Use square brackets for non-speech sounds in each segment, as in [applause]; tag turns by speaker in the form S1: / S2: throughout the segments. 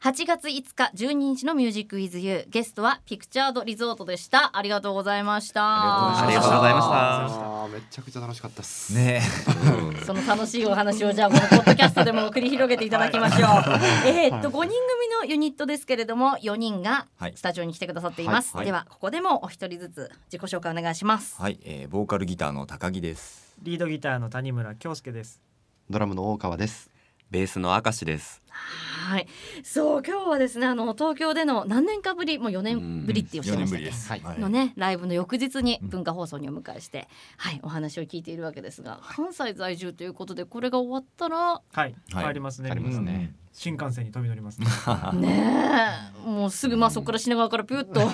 S1: 8月5日12日のミュージックイズユーゲストはピクチャードリゾートでしたありがとうございました
S2: ありがとうございました
S3: あーめちゃくちゃ楽しかったです。
S2: ね
S1: その楽しいお話をじゃあこのポッドキャストでも繰り広げていただきましょうえーっと5人組のユニットですけれども4人が
S2: はい
S1: スタジオに来てくださっています、
S2: はい
S1: ではここでもお一人ずつ自己紹介お願いします、
S2: はい、えー、ボーカルギターの高木です
S4: リードギターの谷村京介です。
S3: ドラムの大川です。
S5: ベースの明石です。
S1: はい、そう今日はですねあの東京での何年かぶりもう4年ぶりっておっしゃいましたっけ、
S2: すはい、
S1: のねライブの翌日に文化放送にお迎えして、はいお話を聞いているわけですが、関西在住ということでこれが終わったら
S4: はい、
S2: はい
S4: 帰りますね。
S3: 帰りますね
S4: 新幹線に飛び乗り [laughs] ます、ね。
S1: ねえもうすぐまあそこから品川からピュッと
S2: あ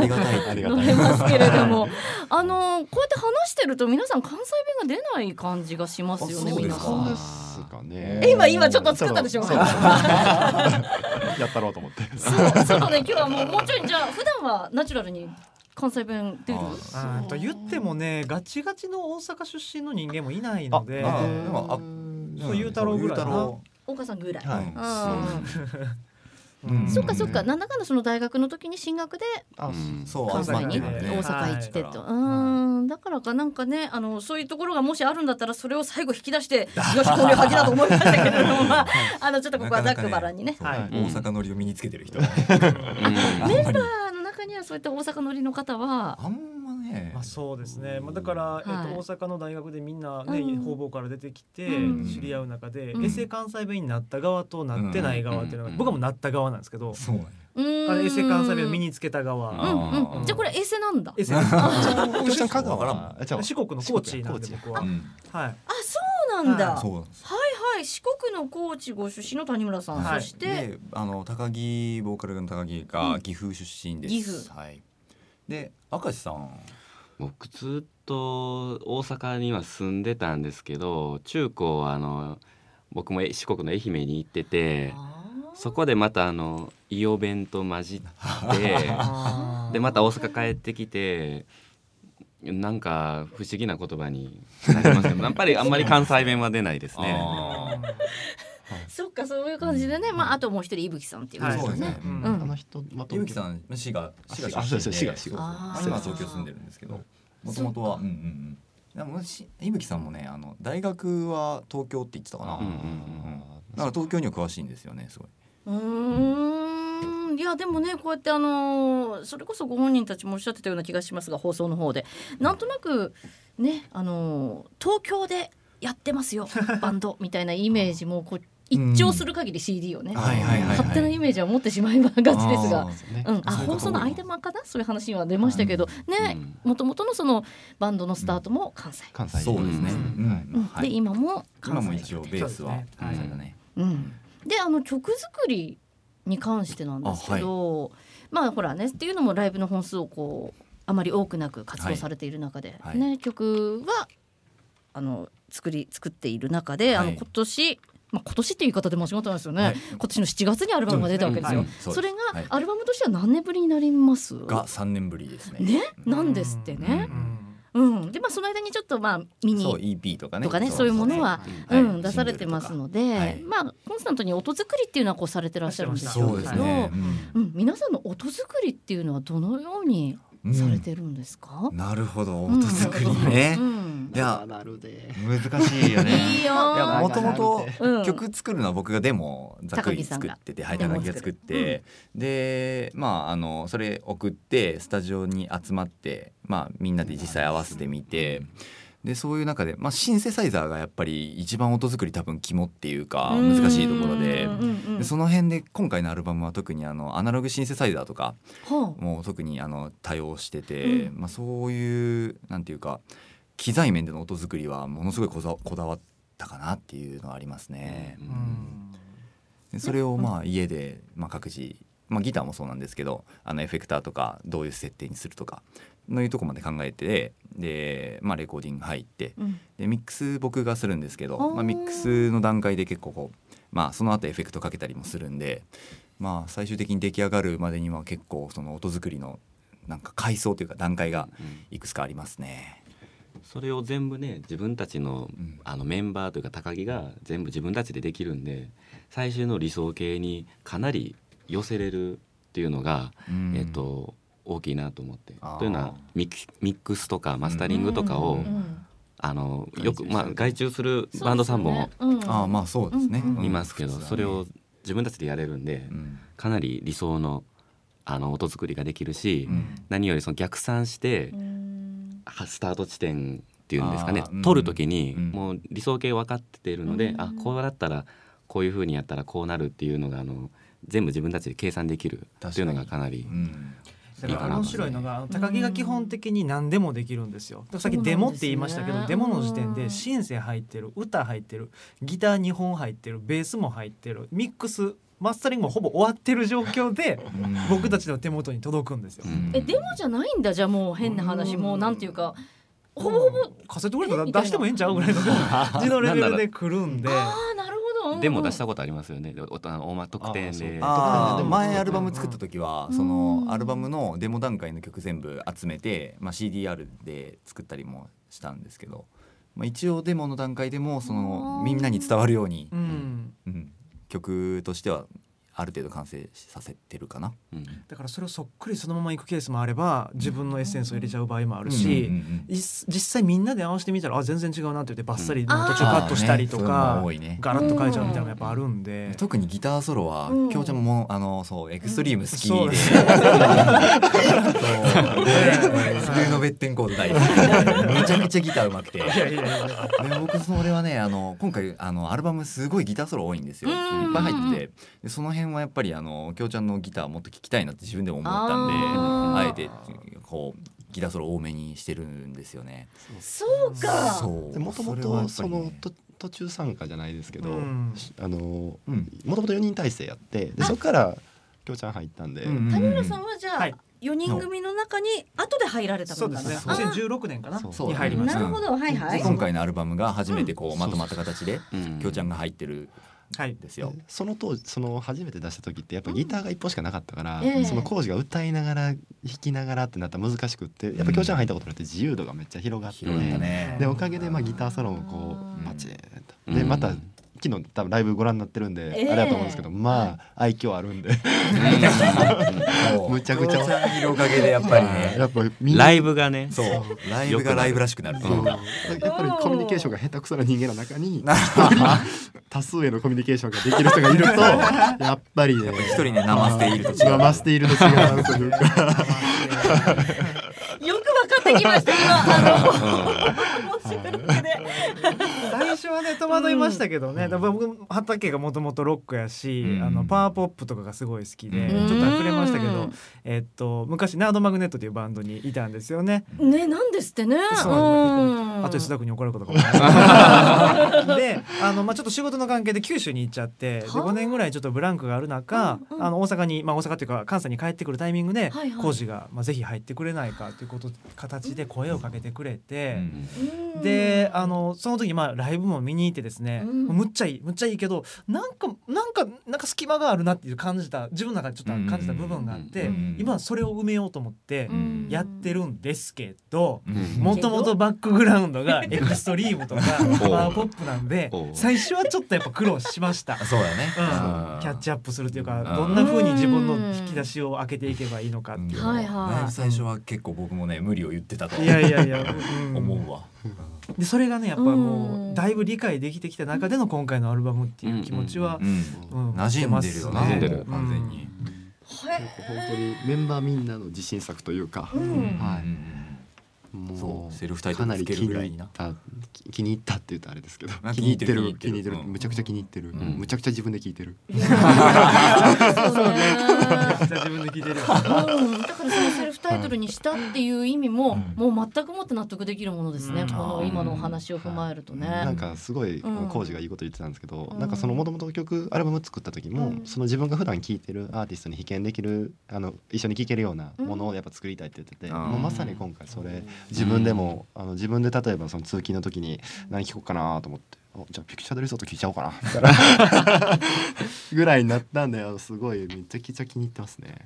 S2: りがたいっていう
S1: 乗れますけれどもあのこうやって話してると皆さん関西弁が出ない感じがしますよね
S2: そうで
S1: 皆
S2: すか
S1: さ。
S3: そうんですかね。
S1: え今今ちょっと作ったでしょ
S3: そうそうそうやったろうと思って。
S1: そうちょっとね今日はもうもうちょいじゃあ普段はナチュラルに関西弁出る
S2: あー
S4: あーと言ってもね、ガチガチの大阪出身の人間もいないので、
S2: あーでもあ
S4: そうゆうたろうぐらいかな。
S1: 大川さんぐらい。
S2: はい
S1: うん
S2: う
S4: うん
S2: ん
S1: そっかそっか何らかのその大学の時に進学で
S3: あ
S5: うん
S2: そう
S1: 関西に
S2: 集まってる
S1: 大
S2: ね
S1: 阪行ってと、
S2: は
S1: うーんだからかなんかねあのそういうところがもしあるんだったらそれを最後引き出してよしこういうはぎだと思いましたけれども、まあ、あのちょっとここはざっくばらんにね
S2: [laughs] なかなか
S5: はい
S2: そう大阪乗りを身につけてる人
S1: メンバーの中にはそういった大阪乗りの方は
S2: あんまね
S4: まあそうですね。まあだから、
S1: い
S4: えっと大阪の大学でみんなね、
S1: うん
S4: 方々から出てきて
S1: うん
S4: 知り合う中で、
S1: うん
S4: エセ関西弁になった側となってない側っていうのが、
S5: うん
S4: 僕はもうなった側なんですけど、
S2: そうなんや
S1: うーん
S4: あれエセ関西弁を身
S1: に
S4: につけた
S1: う
S4: 側、
S1: んうんじゃあこれ衛星なんだ
S4: エセ
S3: 教師さん香
S2: わからん
S3: 川。じゃ
S4: 四国の高知なんで僕は
S2: う、ん
S4: はい。
S1: あそうなんだ、
S4: あ
S2: そうなんです
S1: はいはい四国の高知ご出身の谷村さん、
S4: はい
S1: そして
S2: であの高木ボーカルの高木が岐阜出身です、
S1: 岐阜
S2: はいで明石さん
S5: 僕ずっと大阪には住んでたんですけど、中高はあの僕もえ四国の愛媛に行ってて、そこでまたあの伊予弁と混
S2: [laughs]
S5: じって、
S4: あー
S5: でまた大阪帰ってきて。なんか不思議な言葉になり
S2: [laughs]
S5: ますけど、やっぱりあんまり関西弁は出ないですね。
S2: あ
S1: そっかそういう感じでね、まああともう一人伊吹さんっていう
S2: ー
S1: 感じ
S4: はい
S2: そうですね、
S4: う
S2: うん
S4: ん
S1: う
S3: あ
S1: ん
S3: の人ま
S2: ゆうきさん滋賀滋賀
S3: あそうで
S2: 出
S3: す
S2: 身
S3: 滋
S2: で
S3: 賀滋賀
S1: あー
S2: 今は東京住んでるんですけどもともとはうんうんうんでもし伊吹さんもねあの大学は東京って言ってたかな、
S5: うんうん
S2: うんだから東京には詳しいんですよねすごい。
S1: うーんいやでもねこうやってあのーそれこそご本人たちもおっしゃってたような気がしますが放送の方でなんとなくねあのー東京でやってます
S2: [laughs]
S1: よバンドみたいなイメージもこう一聴する限り CD をね、
S2: はいはいはいはい
S1: 勝手なイメージは持ってしまいがちですが
S2: あ。ー
S3: ね
S1: うん、あ
S2: そういうこと
S1: 放送の間間かなそういう話は出ましたけど、ねもともとのそのバンドのスタートも関西、
S3: 関西
S2: そうですね。
S5: う
S1: うん
S2: は
S1: で
S2: い
S1: 今も関
S2: 今も
S1: 西
S2: 一応ベースは
S4: そうですね
S2: 関西だね。
S1: うん、であの曲作りに関してなんですけど、まあほらねっていうのもライブの本数をこうあまり多くなく活動されている中で、
S2: はい
S1: ね、曲はあの作り作っている中で、あ
S2: は
S1: の
S2: い
S1: 今年、まあ、今年っていう言い方で間違ってないですよね、
S2: はい
S1: 今年の7月にアルバムが出たわけですよ。
S2: うん
S1: そうれ
S2: で
S1: が
S2: すはい
S1: アルバムとしては何年ぶりになります
S2: が三年ぶりですね。
S1: ね、なんですってね。うん、でまあその間にちょっとまあミニ
S2: そう EP とかね。
S1: とかねそういうものは
S2: そうう、
S1: ん、出されてますので、
S2: はい
S1: まあコンスタントに音作りっていうのはこうされてらっしゃるんですけど
S2: そうですね。
S1: うん、皆さんの音作りっていうのはどのように
S2: うん
S1: されてるんですか
S2: う、んなるほど音作りね
S1: う。ん
S2: いや
S3: なるで。
S2: 難しいよ
S1: いいよ
S2: いやもともと
S1: うん
S2: 曲作るのは僕がでもざっく
S1: 高木
S2: り
S1: さん
S2: 作
S1: が
S2: っててはい
S1: デモを
S2: 高木が作ってでまああのそれ送ってスタジオに集まってまあみんなで実際合わせてみてでそういう中でまあシンセサイザーがやっぱり一番音作り多分肝っていうか難しいところで
S1: うんうんうん
S2: でその辺で今回のアルバムは特にあのアナログシンセサイザーとか
S1: は
S2: もう特にあの多用してて、
S1: う
S2: まあ、そういうなんていうか機材面での音作りはものすごいこだこだわったかなっていうのはありますね。でそれをまあ家で、まあ、各自、まあ、ギターもそうなんですけどあのエフェクターとかどういう設定にするとかのいうとこまで考えてで、まあ、レコーディング入って
S1: あうん
S2: でミックス僕がするんですけど、
S1: おー
S2: まあ、ミックスの段階で結構こう、まあ、その後エフェクトかけたりもするんで、まあ、最終的に出来上がるまでには結構その音作りのなんか階層というか段階がいくつかありますね。
S5: それを全部ね自分たちの
S2: うん
S5: あのメンバーというか高木が全部自分たちでできるんで最終の理想形にかなり寄せれるっていうのが、
S2: うん
S5: えっと大きいなと思って
S2: あー
S5: というのはミキミックスとかマスタリングとかを、
S1: うんうん
S5: あの
S2: 外注
S5: よく、まあ、
S2: する
S5: 外注するバンドさんも
S1: そうですねうん
S2: ああまあそうですね、
S1: うんうん
S5: いますけど、
S2: うん
S5: それを自分たちでやれるんで、
S2: うん
S5: かなり理想のあの音作りができるし、
S2: うん
S5: 何よりその逆算して、
S1: うん
S5: はスタート地点っていうんですかね
S2: あーうん
S5: 取る時に
S2: うん
S5: もう理想形分かってるので、
S1: うん
S5: あこうだったらこういうふうにやったらこうなるっていうのがあの全部自分たちで計算できるっていうのがかなり
S2: うん
S4: だから面白いのがあの高木が基本的に何でもできるんですよ。だからさっきデモって言いましたけ
S1: そう
S4: ど、
S1: なんです
S4: デモ
S1: ね
S4: の時点でシンセ入ってる歌入ってるギター2本入ってるベースも入ってるミックスマスタリングもほぼ終わってる状況で
S2: うん
S4: 僕たちの手元に届くんですよ。
S5: うん
S1: えデモじゃないんだじゃあもう変な話
S4: うん
S1: もうなんていうかほぼほぼ
S4: カセットぐらいだ
S1: えみ
S4: った
S1: い
S4: ら
S1: な
S4: 出してもええんちゃうぐらいの [laughs] 感じのレベルで来るんで。
S1: ああなるほど
S5: でも出したたことありますよねでおあの大間特典で
S2: あ
S3: で
S2: ー
S3: も
S2: 前アルバム作った時は
S1: うん
S2: そのアルバムのデモ段階の曲全部集めて、まあ、CDR で作ったりもしたんですけど、まあ、一応デモの段階でもその
S1: うん
S2: みんなに伝わるように
S4: う、ん
S2: うん曲としてはある程度完成させてるかな。
S5: うん
S4: だからそれをそっくりそのままいくケースもあれば自分のエッセンスを入れちゃう場合もあるし、
S2: うんうんうん
S4: いっ実際みんなで合わせてみたらあ全然違うなって言ってバッサリ
S1: ん
S4: もう途中カットしたりと
S2: あーねそれ
S4: か、
S2: も多いね
S4: ガラッと変えちゃうみたいなのやっぱあるんで。
S2: 特にギターソロは、
S1: うん
S2: きょうちゃんもあのそうエクストリーム好きで、
S4: そうです
S2: そうで冬のベッテンコード大好きめちゃくちゃギターうまくて
S4: いやいやいやいや
S2: で僕それはねあの今回あのアルバムすごいギターソロ多いんですよい
S1: うんうんうん
S2: っぱい入っててでその辺はやっぱりあの京ちゃんのギターもっと聴きたいなって自分でも思ったんで
S1: あ
S2: あ
S1: ー
S2: えてこうギターソロ多めにしてるんですよね。
S1: そうか
S2: そう
S3: もとも
S2: れはやっぱ
S3: とそ
S2: りね
S3: のと途中参加じゃないですけど、
S4: [laughs] うん
S3: あのも
S2: うん
S3: ともと4人体制やってでそこからきょうちゃん入ったんで、
S2: うん
S1: 谷村さんはじゃ
S4: は
S1: あ
S4: い
S1: 4人組の中に後で入られた
S4: そう
S1: 感
S4: で
S1: じ
S4: すね。
S1: あー
S4: 2016年かな
S3: そう
S4: に入りまし
S1: な
S4: た。
S1: るほどはいは
S2: で
S1: い
S2: 今回のアルバムが初めてこうまとまった形で
S5: うん
S2: 京ちゃんが入ってる
S4: はい
S2: ん。ですよ。
S3: その当時その初めて出した時ってやっぱギターが一本しかなかったから、
S1: ええ
S3: その工事が歌いながら弾きながらってなったら難しくってやっぱ京ちゃん入ったことによって自由度がめっちゃ広がって、
S2: 広がったね。
S3: でおかげでまあギターソロもこ
S1: うん
S3: うパチンと、
S5: うん
S3: でまた昨日多分ライブご覧になってるんで、
S1: ええ
S3: あれだと思うんですけどまあ愛嬌あるんで
S2: そう
S3: むちゃくちゃ
S2: 京ゃんいるおかげでやっぱりね。
S3: やっぱみんな
S5: ライブがね
S2: そうライブがライブらしくなるって
S3: そ
S2: いうう
S3: や
S2: か
S3: っぱりコミュニケーションが下手くそな人間の中に多数へのコミュニケーションができる人がいる
S2: [laughs]
S3: とやっぱりね
S2: 一人ね生捨ていると違う。
S3: ましていると違うというか
S1: よく分かってきました今あの面白くて
S4: 最初はね戸惑いましたけどね。だから僕畑がもともとロックやし、
S2: うん
S4: あのパワーポップとかがすごい好きで、
S2: うん
S4: ちょっと溢れましたけ
S1: う
S4: ど
S1: ん、
S4: えっと昔ナードマグネットというバンドにいたんですよね。
S1: ねなんですってね
S4: そうなん
S1: うん
S4: あとで須田君に怒られることかも
S1: [laughs]
S4: であの、まあ、ちょっと仕事の関係で九州に行っちゃってで
S1: はあ
S4: 5年ぐらいちょっとブランクがある中、
S1: うんうん
S4: あの大阪に、まあ、大阪っていうか関西に帰ってくるタイミングで
S1: はいはい
S4: 工事が、まあ、ぜひ入ってくれないかということ形で声をかけてくれ
S2: う
S4: て。
S2: ん
S1: うん
S4: であのその時まあライブも見に行ってですね、
S1: うん
S4: むっちゃいいむっちゃいいけどなんかなんかなんか隙間があるなっていう感じた自分の中でちょっと感じた部分があって、
S2: うんうんうんうん
S4: 今はそれを埋めようと思って
S2: うん
S4: やってるんですけど、
S2: うん
S4: もともとバックグラウンド
S2: [laughs]
S4: がエクストリームとかパワーポップなんで
S5: おう
S4: 最初はちょっとやっぱ苦労しました。
S2: そうだね。
S4: うん、キャッチアップするというか
S2: うん
S4: どんな風に自分の引き出しを開けていけばいいのかっていうのを
S1: はいはい
S2: だぶ最初は結構僕もね無理を言ってたと
S4: いやいやいや、うん
S2: [laughs] 思うわ。
S4: でそれがねやっぱ
S1: う
S4: も
S1: ん
S4: うだいぶ理解できてきた中での今回のアルバムっていう気持ちは、
S2: うん
S4: うん
S2: 馴染んでるよな。
S5: 馴染んでる
S2: 完全に。
S1: はい
S3: 本当にメンバーみんなの自信作というか、
S1: うん
S3: は
S2: うん
S3: い、
S2: そ
S3: もう
S2: うセルフタイト
S3: か
S2: ル
S3: な
S2: つ
S3: り
S2: け
S3: 気
S2: る
S3: に
S2: ぐらい
S3: 入
S2: に
S3: っ
S2: な
S3: た気気に入ったって言うとあれですけど
S2: あ
S3: 気に入ってる気
S2: 気に
S3: に
S2: 入
S3: 入
S2: って
S3: って
S2: る
S3: る
S2: うん
S3: むちゃくちゃ気に入ってる、
S2: ん
S3: むちゃくちゃ自分で聴いてる、
S4: じゃあ
S1: そうね
S4: 自分で聞い
S2: [laughs]
S4: てる
S1: うん、だからそのセルフタイトルにしたっていう意味も、
S2: う
S1: もう全くもって納得できるものですね、
S4: うん
S1: この今のお話を踏まえるとね。
S3: な
S2: うん
S3: かすごい
S1: うん
S3: 浩二がいいこと言ってたんですけど、
S1: うん
S3: なんかそのもともと曲アルバム作った時も、
S1: うん
S3: その自分が普段聴いてるアーティストに被験できるあの一緒に聴けるようなものをやっぱ作りたいって言ってて、
S2: うん
S3: もうまさに今回それ自分でも、あの自分で例えばその通勤の時に何聴こうかなと思って。あじゃあピクチャードリゾート聴いちゃおうかなみたい
S1: [laughs]
S3: なぐらいになったんであのすごいめちゃくちゃ気に入ってますね。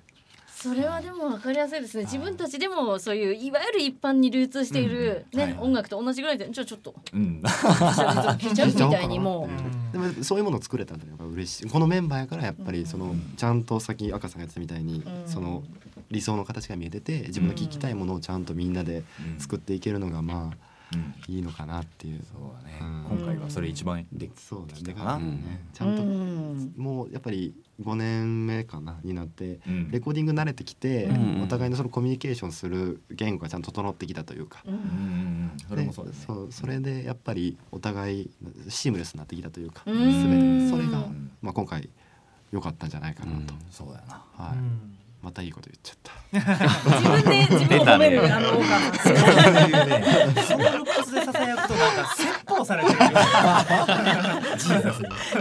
S1: それはでも分かりやすいですね自分たちでもそういういわゆる一般に流通している、
S2: うんうん
S1: ね
S2: はい
S1: 音楽と同じぐらいでちょちょっと
S2: うん、
S1: 聞いちゃうみたいにもう。
S3: でもそういうものを作れたっていうのが嬉しいこのメンバーやからやっぱりそのちゃんとさっき赤さんが言ってたみたいに
S1: うん
S3: その理想の形が見えてて自分の聞きたいものをちゃんとみんなで [laughs] 作っていけるのがまあ
S2: うん
S3: いいのかなっていう
S2: そうだね、
S3: うん
S2: 今回はそれ一番で
S3: でそうだ
S2: き
S3: ね
S2: たかな、
S3: う
S2: うんん
S3: ちゃんと
S1: うん
S3: もうやっぱり5年目かなになって
S2: うん
S3: レコーディング慣れてきて、
S5: うん
S3: お互いのそのコミュニケーションする言語がちゃんと整ってきたというか、
S1: うん
S2: うんうんうんそれもそうだね
S3: そうそれでやっぱりお互いシームレスになってきたというか、
S1: うん
S3: 全てそれが
S2: うん
S3: まあ今回良かったんじゃないかなと、
S5: うん
S2: そうだな
S3: はい、またいいこと言っちゃった。
S1: 自分で自分を褒める、
S5: 出たね
S1: あのお母さ
S4: そう
S1: ん
S4: いうねそのルックスでささやくとなんか説法されてるような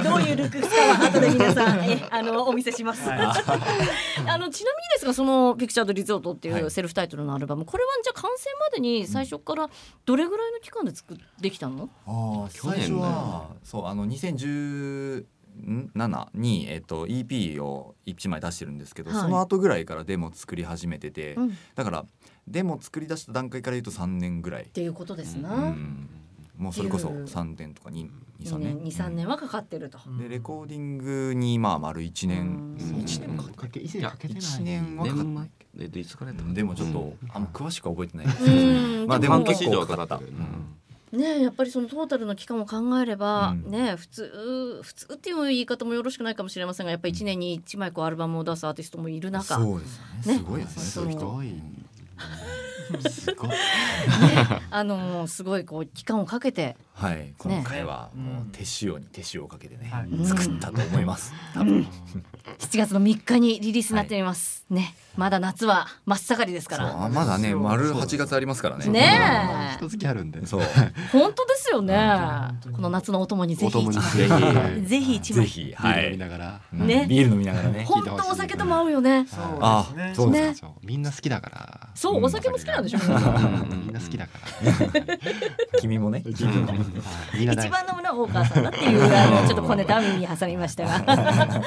S1: どういうルックスかは後で皆さんえあのお見せします。あのちなみにですがそのピクチャードリゾートってい
S2: は
S1: う
S2: い
S1: セルフタイトルのアルバム、これはじゃあ完成までに最初からどれぐらいの期間で作ってきたの？
S2: ああ
S5: 去
S2: 最
S5: 年だ
S2: 初
S5: よ
S2: はそうあの2017に、えっと、EP を1枚出してるんですけど、
S1: はい
S2: その後ぐらいからデモ作り始めてて、
S1: うん、っ
S2: だからデモ作り出した段階から言うと3年ぐらい、
S1: ていうことですな。
S5: う
S2: うん、もうそれこそ
S1: っていう
S2: 3年とか23
S1: 2
S2: 年
S1: 年2、3年はかかってると。
S2: でレコーディングにまあ丸1
S1: う
S2: 年
S1: ん
S2: 1年か
S3: かけ一
S5: 年か
S3: け
S2: 1年はかかっ
S5: 年前えっといつからやった
S2: でもちょっとあんま詳しくは覚えてないです
S1: う
S2: けど
S1: ん
S2: まあ
S1: で
S2: で
S1: も
S2: も
S5: 半
S2: 結
S5: 年以
S2: 構
S5: 上
S2: かか
S5: かか
S2: っ
S5: ったたけどな
S1: ねえやっぱりそのトータルの期間を考えれば、
S2: うん
S1: ねえ普通普通っていう言い方もよろしくないかもしれませんがやっぱり1年に1枚こうアルバムを出すアーティストもいる中
S2: そうですよ
S1: ね
S2: ねすごいですね
S1: そ
S2: そうう
S1: い
S2: いうう
S1: 人
S2: 人
S3: ごい。すごい。
S1: あのすごいこう期間をかけて
S2: はい今回は
S4: ね
S2: もう手塩に手塩をかけてね
S4: はい
S2: 作ったと思います多分
S1: 7月の3日にリリースになっています、ねまだ夏は真っ盛りですか
S2: そう
S1: ら
S2: あまだね
S4: そう
S2: 丸8月ありますからね
S1: ね
S3: 一月あるんで。
S2: [laughs] そう
S1: 本当ですよね
S4: 当に
S1: この夏のお供にぜ
S3: お
S1: ひ
S3: 供に
S5: ぜひ
S3: は
S1: [laughs]
S3: い
S1: ぜひ一
S2: ぜ
S1: 枚
S2: ひ
S3: ビー
S2: は
S3: ル飲み
S2: い
S3: ながら。
S2: うん
S1: ね
S2: ビール飲みながらね
S1: 本当お酒とも合うよね
S4: そうで
S2: あ
S4: すね
S2: そう
S1: ね
S3: そ
S2: で
S3: うそうみんな好きだから。
S1: そう
S2: うん
S1: お酒も好きなんでしょみんな
S3: みんな好きだから。
S2: す君もね
S3: みんな
S1: 一
S3: 大好き
S1: 番飲むのは大川さんだっていう
S2: [laughs]
S1: あのちょっと小ネタは耳に挟みましたがあのでも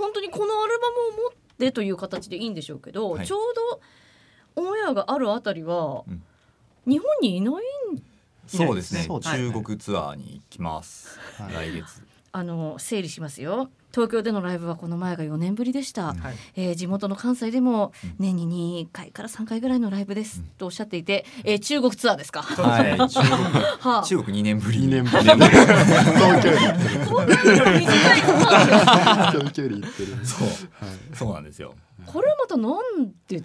S1: 本当にこのアルバムを持ってという形でいいんでしょうけど、
S2: はい
S1: ちょうどオンエアがあるあたりは、
S2: うん
S1: 日本にいない
S2: そうですね
S3: そうですね
S2: 中国ツアーに行きます
S3: はい
S2: 来月
S1: あの整理しますよ東京でのライブはこの前が4年ぶりでした、
S2: うん
S4: はい
S1: えー地元の関西でも年に2回から3回ぐらいのライブです、とおっしゃっていて、えー中国ツアーですか、は
S2: はい中国
S1: あ、
S2: [laughs] 中国2年ぶり
S3: 二
S2: に
S3: 年ぶり。東京に行ってる。
S1: こんなに短 [laughs] いツアー
S3: 東京に行ってる。
S2: [laughs] そうそうなんですよ
S1: これはまたなんで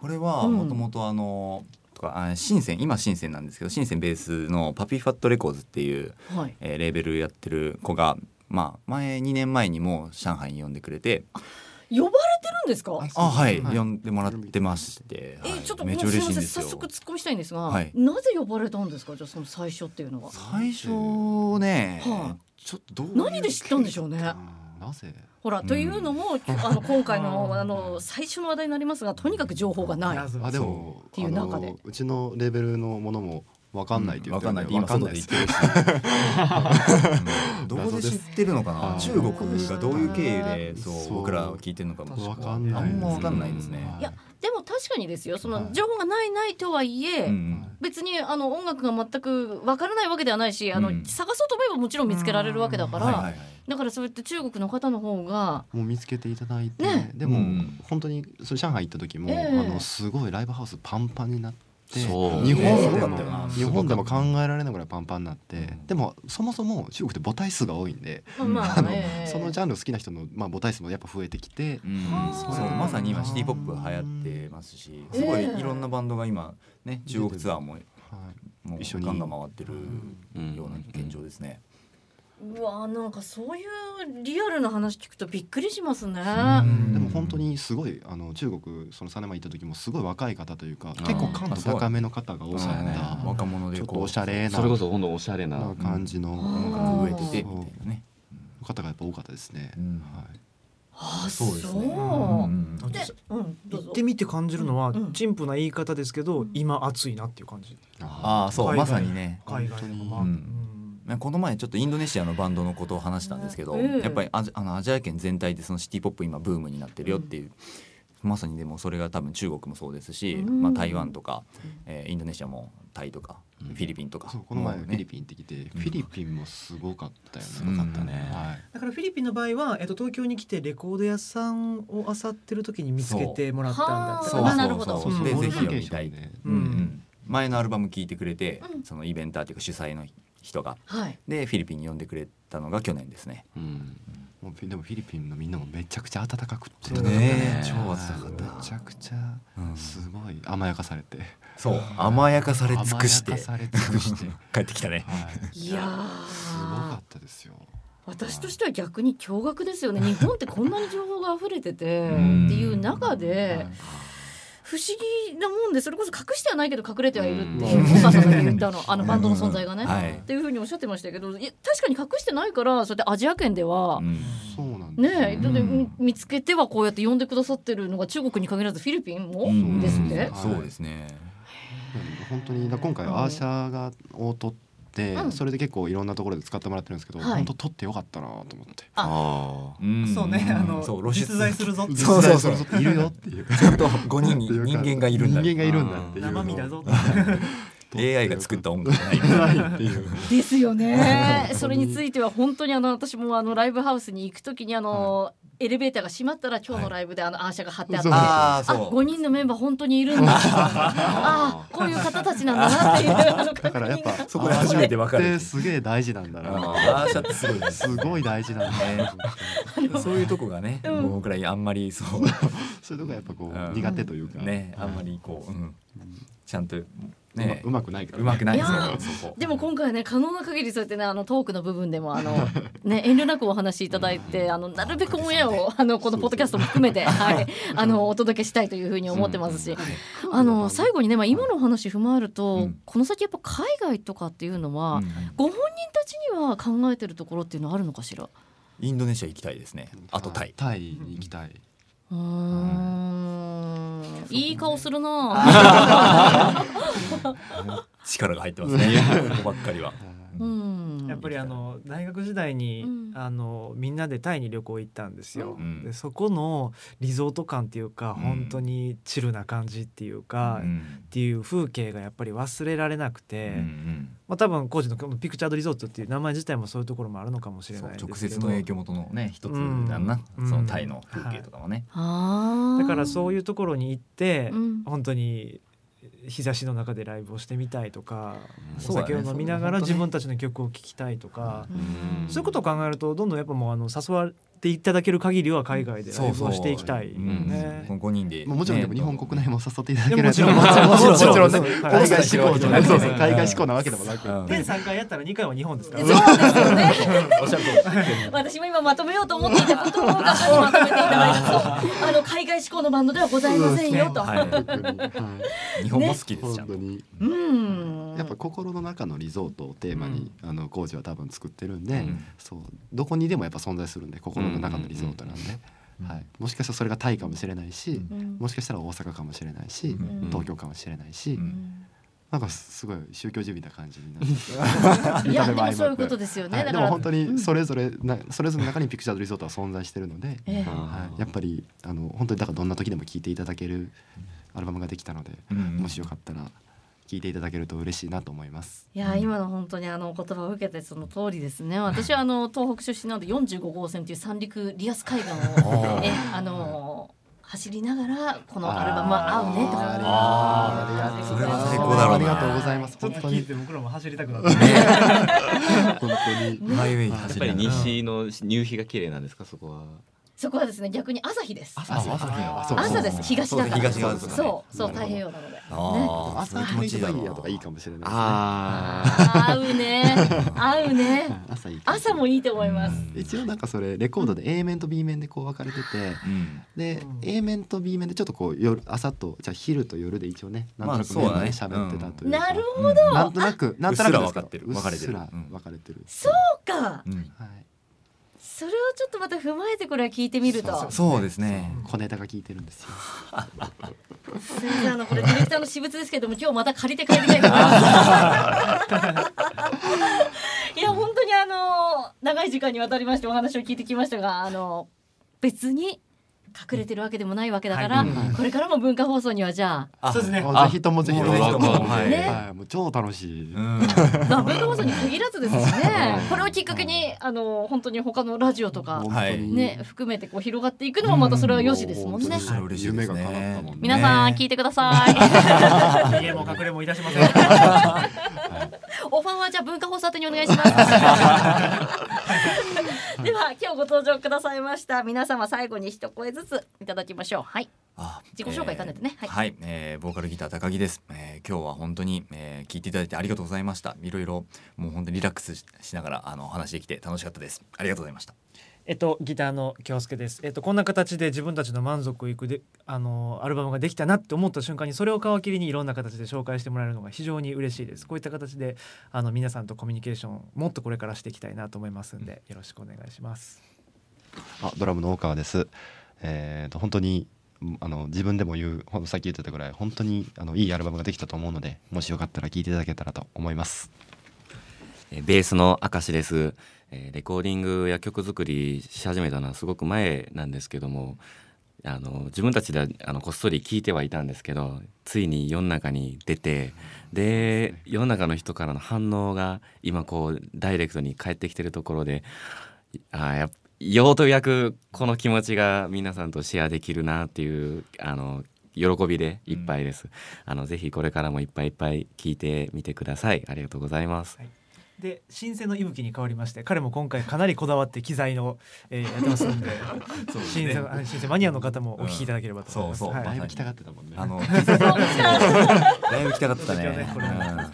S2: これはもともとあの、とかあ深セン今深センなんですけど深センベースのパピーファットレコーズっていう、
S1: はい
S2: えーレーベルやってる子が、まあ、前2年前にも上海に呼んでくれて
S1: 呼ばれてるんですか
S2: あはい、
S3: はい
S2: 呼んでもらってまして、
S1: え
S2: はい
S1: ちょっと
S2: めっちゃ
S1: もう
S2: 嬉しい
S1: すみませ
S2: んで
S1: ん
S2: す
S1: 早
S2: よ
S1: 速突っ込みしたいんですが、
S2: はい
S1: なぜ呼ばれたんですかじゃあその最初っていうのは
S2: 最初ね、
S1: は
S2: ちょっとどういう
S1: 何で知ったんでしょうね
S3: なぜ。
S1: ほら、
S2: うん
S1: というのもあの今回の
S4: あー
S1: あの最初の話題になりますがとにかく情報がない
S4: 謎
S3: あでも
S1: っていう中で
S3: あのうちのレベルのものもわかんないって言って
S2: わかんないって今
S3: わ
S2: そ
S3: ん
S2: ん
S3: な
S2: ないで
S3: で
S2: 言っ
S3: す
S2: て。るし、うん [laughs] どこで知ってるのか
S3: 謎
S2: な
S3: です
S2: 中国がどういう経由でそう
S3: そう
S2: 僕らを聞いてるのかも
S3: わかんない
S2: あんまわかんないですね
S3: はい
S1: やでも確かにですよそ
S3: は
S1: の
S3: い
S1: 情報がないないとはいえ、
S2: うん
S1: 別にあの音楽が全くわからないわけではないしあの、
S2: うん
S1: 探そうと思えばもちろん見つけられるわけだから、
S2: はいはいはい
S1: だからそうやって中国の方の方が
S3: もう見つけていただいて、
S1: ね
S3: でも、
S2: うん
S3: 本当にそれ上海行った時も、
S1: ええ
S3: あのすごいライブハウスパンパンになって
S5: そう
S3: 日本
S2: すご
S3: で
S2: かっ
S3: も、
S2: たよな
S3: 日本でも考えられないぐらいパンパンになって、
S2: うん
S3: でもそもそも中国って母体数が多いんで、
S1: まあまあ、
S3: あの
S1: ええ
S3: そのジャンル好きな人の、まあ、母体数もやっぱ増えてきて、
S2: うん
S1: そ
S2: そうう
S1: なんだ
S2: まさに今シティ・ポップが流行ってますしすご
S1: ええ
S2: いいろんなバンドが今ね中国ツアーも
S3: はい
S2: もう
S3: 一緒に
S2: ガンガン回ってる
S5: うん
S2: ような現状ですね。
S1: うわなんかそういうリアルな話聞くとびっくりしますね。
S2: ん
S3: でも本当にすごいあの中国その3年前行った時もすごい若い方というか
S5: ー
S3: 結構感度高めの方が多
S2: お
S3: か
S2: しゃれな
S3: っ
S2: 若者
S3: た
S2: で
S3: ちょっと
S2: こう
S3: おしゃれな
S5: それこそ本当おしゃれ
S3: な
S5: な
S3: 感じ
S2: 音
S3: の
S2: 楽が増えててみたいなね。
S3: 方がやっぱ多かったですね。
S2: うん
S3: はい
S1: あ
S2: そうですね
S1: そう
S2: うん
S4: うん
S1: で、うん、ど
S4: 行
S1: うぞ
S4: って。みて感じるのは
S1: うん
S4: 陳腐な言い方ですけど今熱いなっていう感じ
S2: ああそう
S4: 海外
S2: まさにね
S4: 海外のまあ
S2: う
S4: うんん
S2: ねこの前ちょっとインドネシアのバンドのことを話したんですけど、
S1: うん
S2: やっぱりアジあのアジア圏全体でそのシティ・ポップ今ブームになってるよっていうまさにでもそれが多分中国もそうですし、
S1: うん
S2: まあ、台湾とか、えーインドネシアもタイとか
S5: う
S2: フ
S5: ん
S2: ィリピンとか、
S3: そうこの前
S2: も
S3: フ
S2: う
S3: ィリ
S2: ね
S3: ピン行ってきて、
S2: うん
S3: フィリピンもすごかったよね。
S5: すごかったね
S3: はい。
S4: だからフィリピンの場合は、えっと、東京に来てレコード屋さんを漁ってる時に見つけてもらったんだだ
S1: そう
S4: か
S2: そう
S1: あ
S4: ら
S1: ーなるほど
S2: そうそううで
S3: モ
S2: ぜ
S3: ル
S2: ひ
S3: フィ
S2: 読
S3: ケー
S2: み
S3: ショ
S2: た
S3: ン
S2: い、
S3: ね
S4: う
S2: うんん前のアルバム聴いてくれて、
S1: うん
S2: そのイベンターっていうか主催の人が
S1: はい。
S2: でフィリピンに呼んでくれたのが去年ですね。
S5: うん
S3: もうでもフィリピンのみんなもめちゃくちゃ暖かくて
S4: そうだ
S2: ね
S3: 超暖かくて
S2: うん
S3: めちゃくちゃ
S2: うん
S3: すごい甘やかされて
S2: そう甘やかされ尽くして
S3: 甘やかされ尽くして
S2: [laughs] 帰ってきたね。
S3: はい
S1: いや
S3: すごか
S1: ー
S3: ったですよ
S1: 私としては逆に驚愕ですよ
S2: [laughs]
S1: ね日本ってこんなに情報が溢れててって
S2: ん
S1: いう中
S3: はい
S1: で不思議なもんでそれこそ隠してはないけど隠れてはいるって
S5: う
S1: い
S5: ん
S1: うお母さんが言ったの
S2: [laughs]
S1: あのバンドの存在が
S2: う
S1: ね
S2: んはい
S1: っていうふうにおっしゃってましたけどいや確かに隠してないからそれでアジア圏では
S2: うん
S3: そうなんです
S1: ねえ、
S2: うん
S1: だってみ見つけてはこうやって呼んでくださってるのが中国に限らずフィリピンも、
S2: うん
S1: ですって
S2: うんそうですね。
S3: 本当にだから今回
S1: うん
S3: アーシャがを取っ
S1: う
S3: て、
S1: ん
S3: それで結構いろんなところで使ってもらってるんですけど、
S1: はい
S3: 本当取ってよかったなと思って
S5: あ
S2: ん
S4: そうねあの
S2: そう露出
S4: 実在するぞって
S2: [laughs] そうそうそう
S3: 実際いるよっていう
S2: ちゃんと5人に人間がいるんだ
S3: 人間がいるんだっていうのを
S4: 生身だぞって
S2: AI が作った音楽じゃない
S3: ないっていう
S1: ですよ
S3: [laughs]
S1: ね [laughs] それについては本当にあの私もあのライブハウスに行くときにあの、エレベーターが閉まったら今日のライブであのアーシャが貼ってあって、
S3: そう
S2: [laughs] ああ
S1: あ
S2: そう
S1: 5人のメンバー本当にいる
S3: [laughs]
S1: んだああこういう方たちなんだなっていうあの
S3: だ
S1: 確
S3: からやっ
S1: 認が
S3: ぱ
S2: そこで初めて分かる
S3: アーシャってすげえ大事なんだな
S2: あーシャって
S1: [laughs]
S2: すごいです
S3: すごい大事なんだな
S2: そういうとこがね、
S1: うん
S2: 僕らにあんまりそう
S3: そういうとこやっぱこ
S2: うん
S3: う苦手というか
S2: ねあんまりこう、うん、ちゃんと
S3: ね
S2: ね
S3: うまくないから
S2: うまくない
S1: いやー
S2: ですよそこ
S1: でも今回はね可能な限りそうやってねあのトークの部分でもあのね遠慮なくお話しいただいてあのなるべくオンエアをあのこのポッドキャストも含めてはいあのお届けしたいというふうに思ってますしあの最後にねまあ今のお話踏まえる
S2: う
S1: と
S2: ん
S1: この先やっぱ海外とかっていうの
S2: う
S1: は
S2: ん
S1: ご本人たちには考えてるところっていうのはあるのかしら。
S2: インドネシア行きたいですねあとタイ
S3: タイに行きたい、
S1: うーんいい顔するなあ。
S2: 力が入ってますねここばっかりは
S1: うん
S4: やっぱりあの大学時代に、
S1: うん
S4: あのみんなでタイに旅行行ったんですよ、
S2: うん
S4: でそこのリゾート感っていうか、
S2: うん
S4: 本当にチルな感じっていうか、っ
S2: うん
S4: ていう風景がやっぱり忘れられなくて、
S2: うん
S4: まあ、多分工事のこのピクチャードリゾートっていう名前自体もそういうところもあるのかもし
S2: うん
S4: れ
S2: そ
S4: な
S2: う
S4: いですけど
S2: 直接の影響元のね一つだな、
S4: うん
S2: そのタイの風景とかもね、
S1: あー
S4: だからそういうところに行って、
S1: うん
S4: 本当に日差しの中でライブをしてみたいとか、
S5: うん
S4: お酒を飲みながら
S2: そうだね
S4: 自分たちの曲を聴きたいとか、
S1: うん
S4: そういうことを考えるとどんどんやっぱもうあの誘われていただける限りは海外でライブをしていきたい、
S2: う
S3: うん
S2: ん
S4: ね
S2: この5人で、
S3: まあもちろんでも日本国内も誘っていただけ
S4: いや
S3: れば
S4: もちろん
S3: [laughs] もちろん
S4: もちろん
S3: もちろんね
S4: もちろん
S3: 海外志向じゃなくてそ
S2: そ
S3: うう
S2: そ
S3: そうう海外志向なわけでもなく
S2: うん
S4: 年3回やったら2回は日本ですから、
S1: そうですよ
S4: [laughs]
S1: ね。
S2: おっしゃる通
S1: [laughs] 私も今まとめようと思っていたことをまさにまとめていただいてそうあの海外志向のバンドではございませんよと。
S2: は
S3: 本当にはい
S2: い、日本も好きです、ち
S3: 本
S2: ゃ
S3: 当
S2: んと。
S3: に
S1: うん。
S3: やっぱ心の中のリゾートをテーマに、あの工事は多分作ってるんで、
S2: うん
S3: そうどこにでもやっぱ存在するんで心の中のリゾートなんで、
S2: うん
S3: はい、もしかしたらそれがタイかもしれないし、
S1: うん
S3: もしかしたら大阪かもしれないし、
S1: ん
S3: 東京かもしれないし、
S1: う
S2: う
S1: んん
S3: なんかすごい宗教じみた感じになって
S1: いやで
S3: 見た目も
S1: も
S3: 相まって
S1: そういうことですよね。
S3: はい
S1: だ
S3: で
S1: か
S3: も
S1: ら
S3: 本当にそれぞれな、それぞれの中にピクチャードリゾートは存在してるので、
S1: ええ
S5: あ
S3: はい、やっぱりあの本当にだからどんな時でも聴いていただけるアルバムができたので、
S2: うん
S3: もしよかったら聴いていただけると嬉しいなと思います。
S1: いや今の本当にあの言葉を受けてその通りですね。私はあの東北出身なので45号線という三陸リアス海岸
S3: [laughs]
S1: を
S2: ー
S1: えあの走りながらこのアルバムは合うねと。
S3: あ
S2: ーありがとう
S1: それは
S2: 最高だろうな
S3: ありがとうございます。
S4: ちょっ
S3: 本
S4: と
S3: 当
S4: 聞い
S3: に
S4: て僕らも走りたくなって
S3: 本当に。
S2: ハイウェイ
S5: あや
S2: 走
S5: っぱり
S2: りながら
S5: 西の夕日が綺麗なんですかそこは
S1: そこはですね逆に朝日です。
S2: あ朝日
S5: あ
S2: や
S5: ー
S3: そう
S1: 朝です東だから。
S2: そうです東側ですかね
S1: そうそう
S3: な
S1: 太
S3: るほど
S1: 平洋なので。
S2: ああ、
S3: 朝
S2: それ気
S3: 早
S2: 持
S3: い
S2: ち
S3: と
S2: いいだ
S3: かいうい
S2: ろな
S3: やとかいいかもしれないですね。
S1: [laughs]
S5: あ
S1: 合うね合うね
S3: 朝いいかもしれ
S1: 朝
S3: ない。
S1: もいいと思います。
S3: 一応なんかそれレコードで A 面と B 面でこう分かれてて。
S2: うん、
S3: で、
S4: うん
S3: A 面と B 面でちょっとこう夜朝とじゃあ昼と夜で一応ねなんと
S2: まあ
S3: なく
S2: そう
S3: 面
S2: だね
S3: で喋ってたというか、
S1: なるほど、
S2: ど
S3: なんとなくなんとなくですけど
S2: うっすら分かってる
S3: うっすら
S2: 分かれてるうん
S3: 分かれてる、
S1: そうか
S2: う。ん、
S3: はい、
S1: それをちょっとまた踏まえてこれは聞いてみると。
S2: そうですね。
S3: 小ネタが効いてるんですよ
S1: すいませんあのこれディレクターの私物ですけども今日また借りて帰りたいと思い
S2: [laughs]
S1: ます。いや本当にあの長い時間にわたりましてお話を聞いてきましたがあの別に隠れてるわけでもないわけだから、
S4: はい
S1: これからも文化放送にはじゃ
S2: あ
S4: そうですね
S3: [laughs] あぜひともぜひ
S2: も
S3: と
S2: うぜひとも
S3: [laughs] も。
S2: はい、
S1: ね
S3: はい、もう超楽しい。
S2: うん
S1: あ、まあ、文化放送に限らずですしねこれをきっかけにあの本当に他のラジオとか
S3: 本、
S2: は
S3: 当
S2: い
S3: に。
S1: ね、含めてこう広がっていくのもまたそれは良しですもんね
S3: う。
S2: それ嬉しいです
S3: 夢
S2: ね
S3: が叶ったもんね
S1: 皆さん聞いてくださ [laughs] い。
S4: 家も隠れもいたしません。は
S1: オファーはじゃあ文化放送宛てにお願いし [laughs] ます。では今日ご登場くださいました皆様最後に一声ずついただきましょう。はい。
S2: あ
S1: 自己紹介いかないとね
S2: えー
S1: は
S2: はい、えーボーカルギター高木です、えー今日は本当に、えー聞いていただいてありがとうございましたいろいろもう本当にリラックスししながらあのお話できて楽しかったですありがとうございました
S4: [laughs] えっとギターの京介です。えっとこんな形で自分たちの満足いくであのアルバムができたなって思った瞬間にそれを皮切りにいろんな形で紹介してもらえるのが非常に嬉しいです。こういった形であの皆さんとコミュニケーションをもっとこれからしていきたいなと思いますんでよろしくお願いします。
S3: あドラムの大川です。えー、と本当にうんあの自分でも言うほんさっき言ってたぐらい本当にあのいいアルバムができたと思うのでもしよかったら聴いていただけたらと思います。
S5: えーベースの明石です、えーレコーディングや曲作りし始めたのはすごく前なんですけどもあの自分たちであのこっそり聞いてはいたんですけどついに世の中に出てで世の中の人からの反応が今こうダイレクトに返ってきてるところであーやっようとようやくこの気持ちが皆さんとシェアできるなっていうあの喜びでいっぱいです、あのぜひこれからもいっぱいいっぱい聞いてみてくださいありがとうございます
S4: で新鮮の息吹に変わりまして彼も今回かなりこだわって機材の、えーやってますん [laughs] で新鮮あ新鮮マニアの方もお聞きいただければと思います。
S2: うんそうそう
S4: は
S3: だ
S4: い
S3: いぶ来たがってたもんね。
S2: あ [laughs] のだいぶ来たかっ
S4: そ
S2: たね
S4: うですよねこれも
S2: うん変わ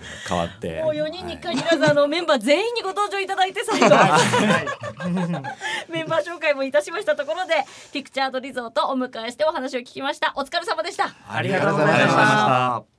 S2: って
S1: もう4人に限らずあのメンバー全員にご登場いただいて最後 [laughs] メンバー紹介もいたしましたところでピクチャードリゾートをお迎えしてお話を聞きましたお疲れ様でした
S2: あ
S4: りがとうございました
S2: た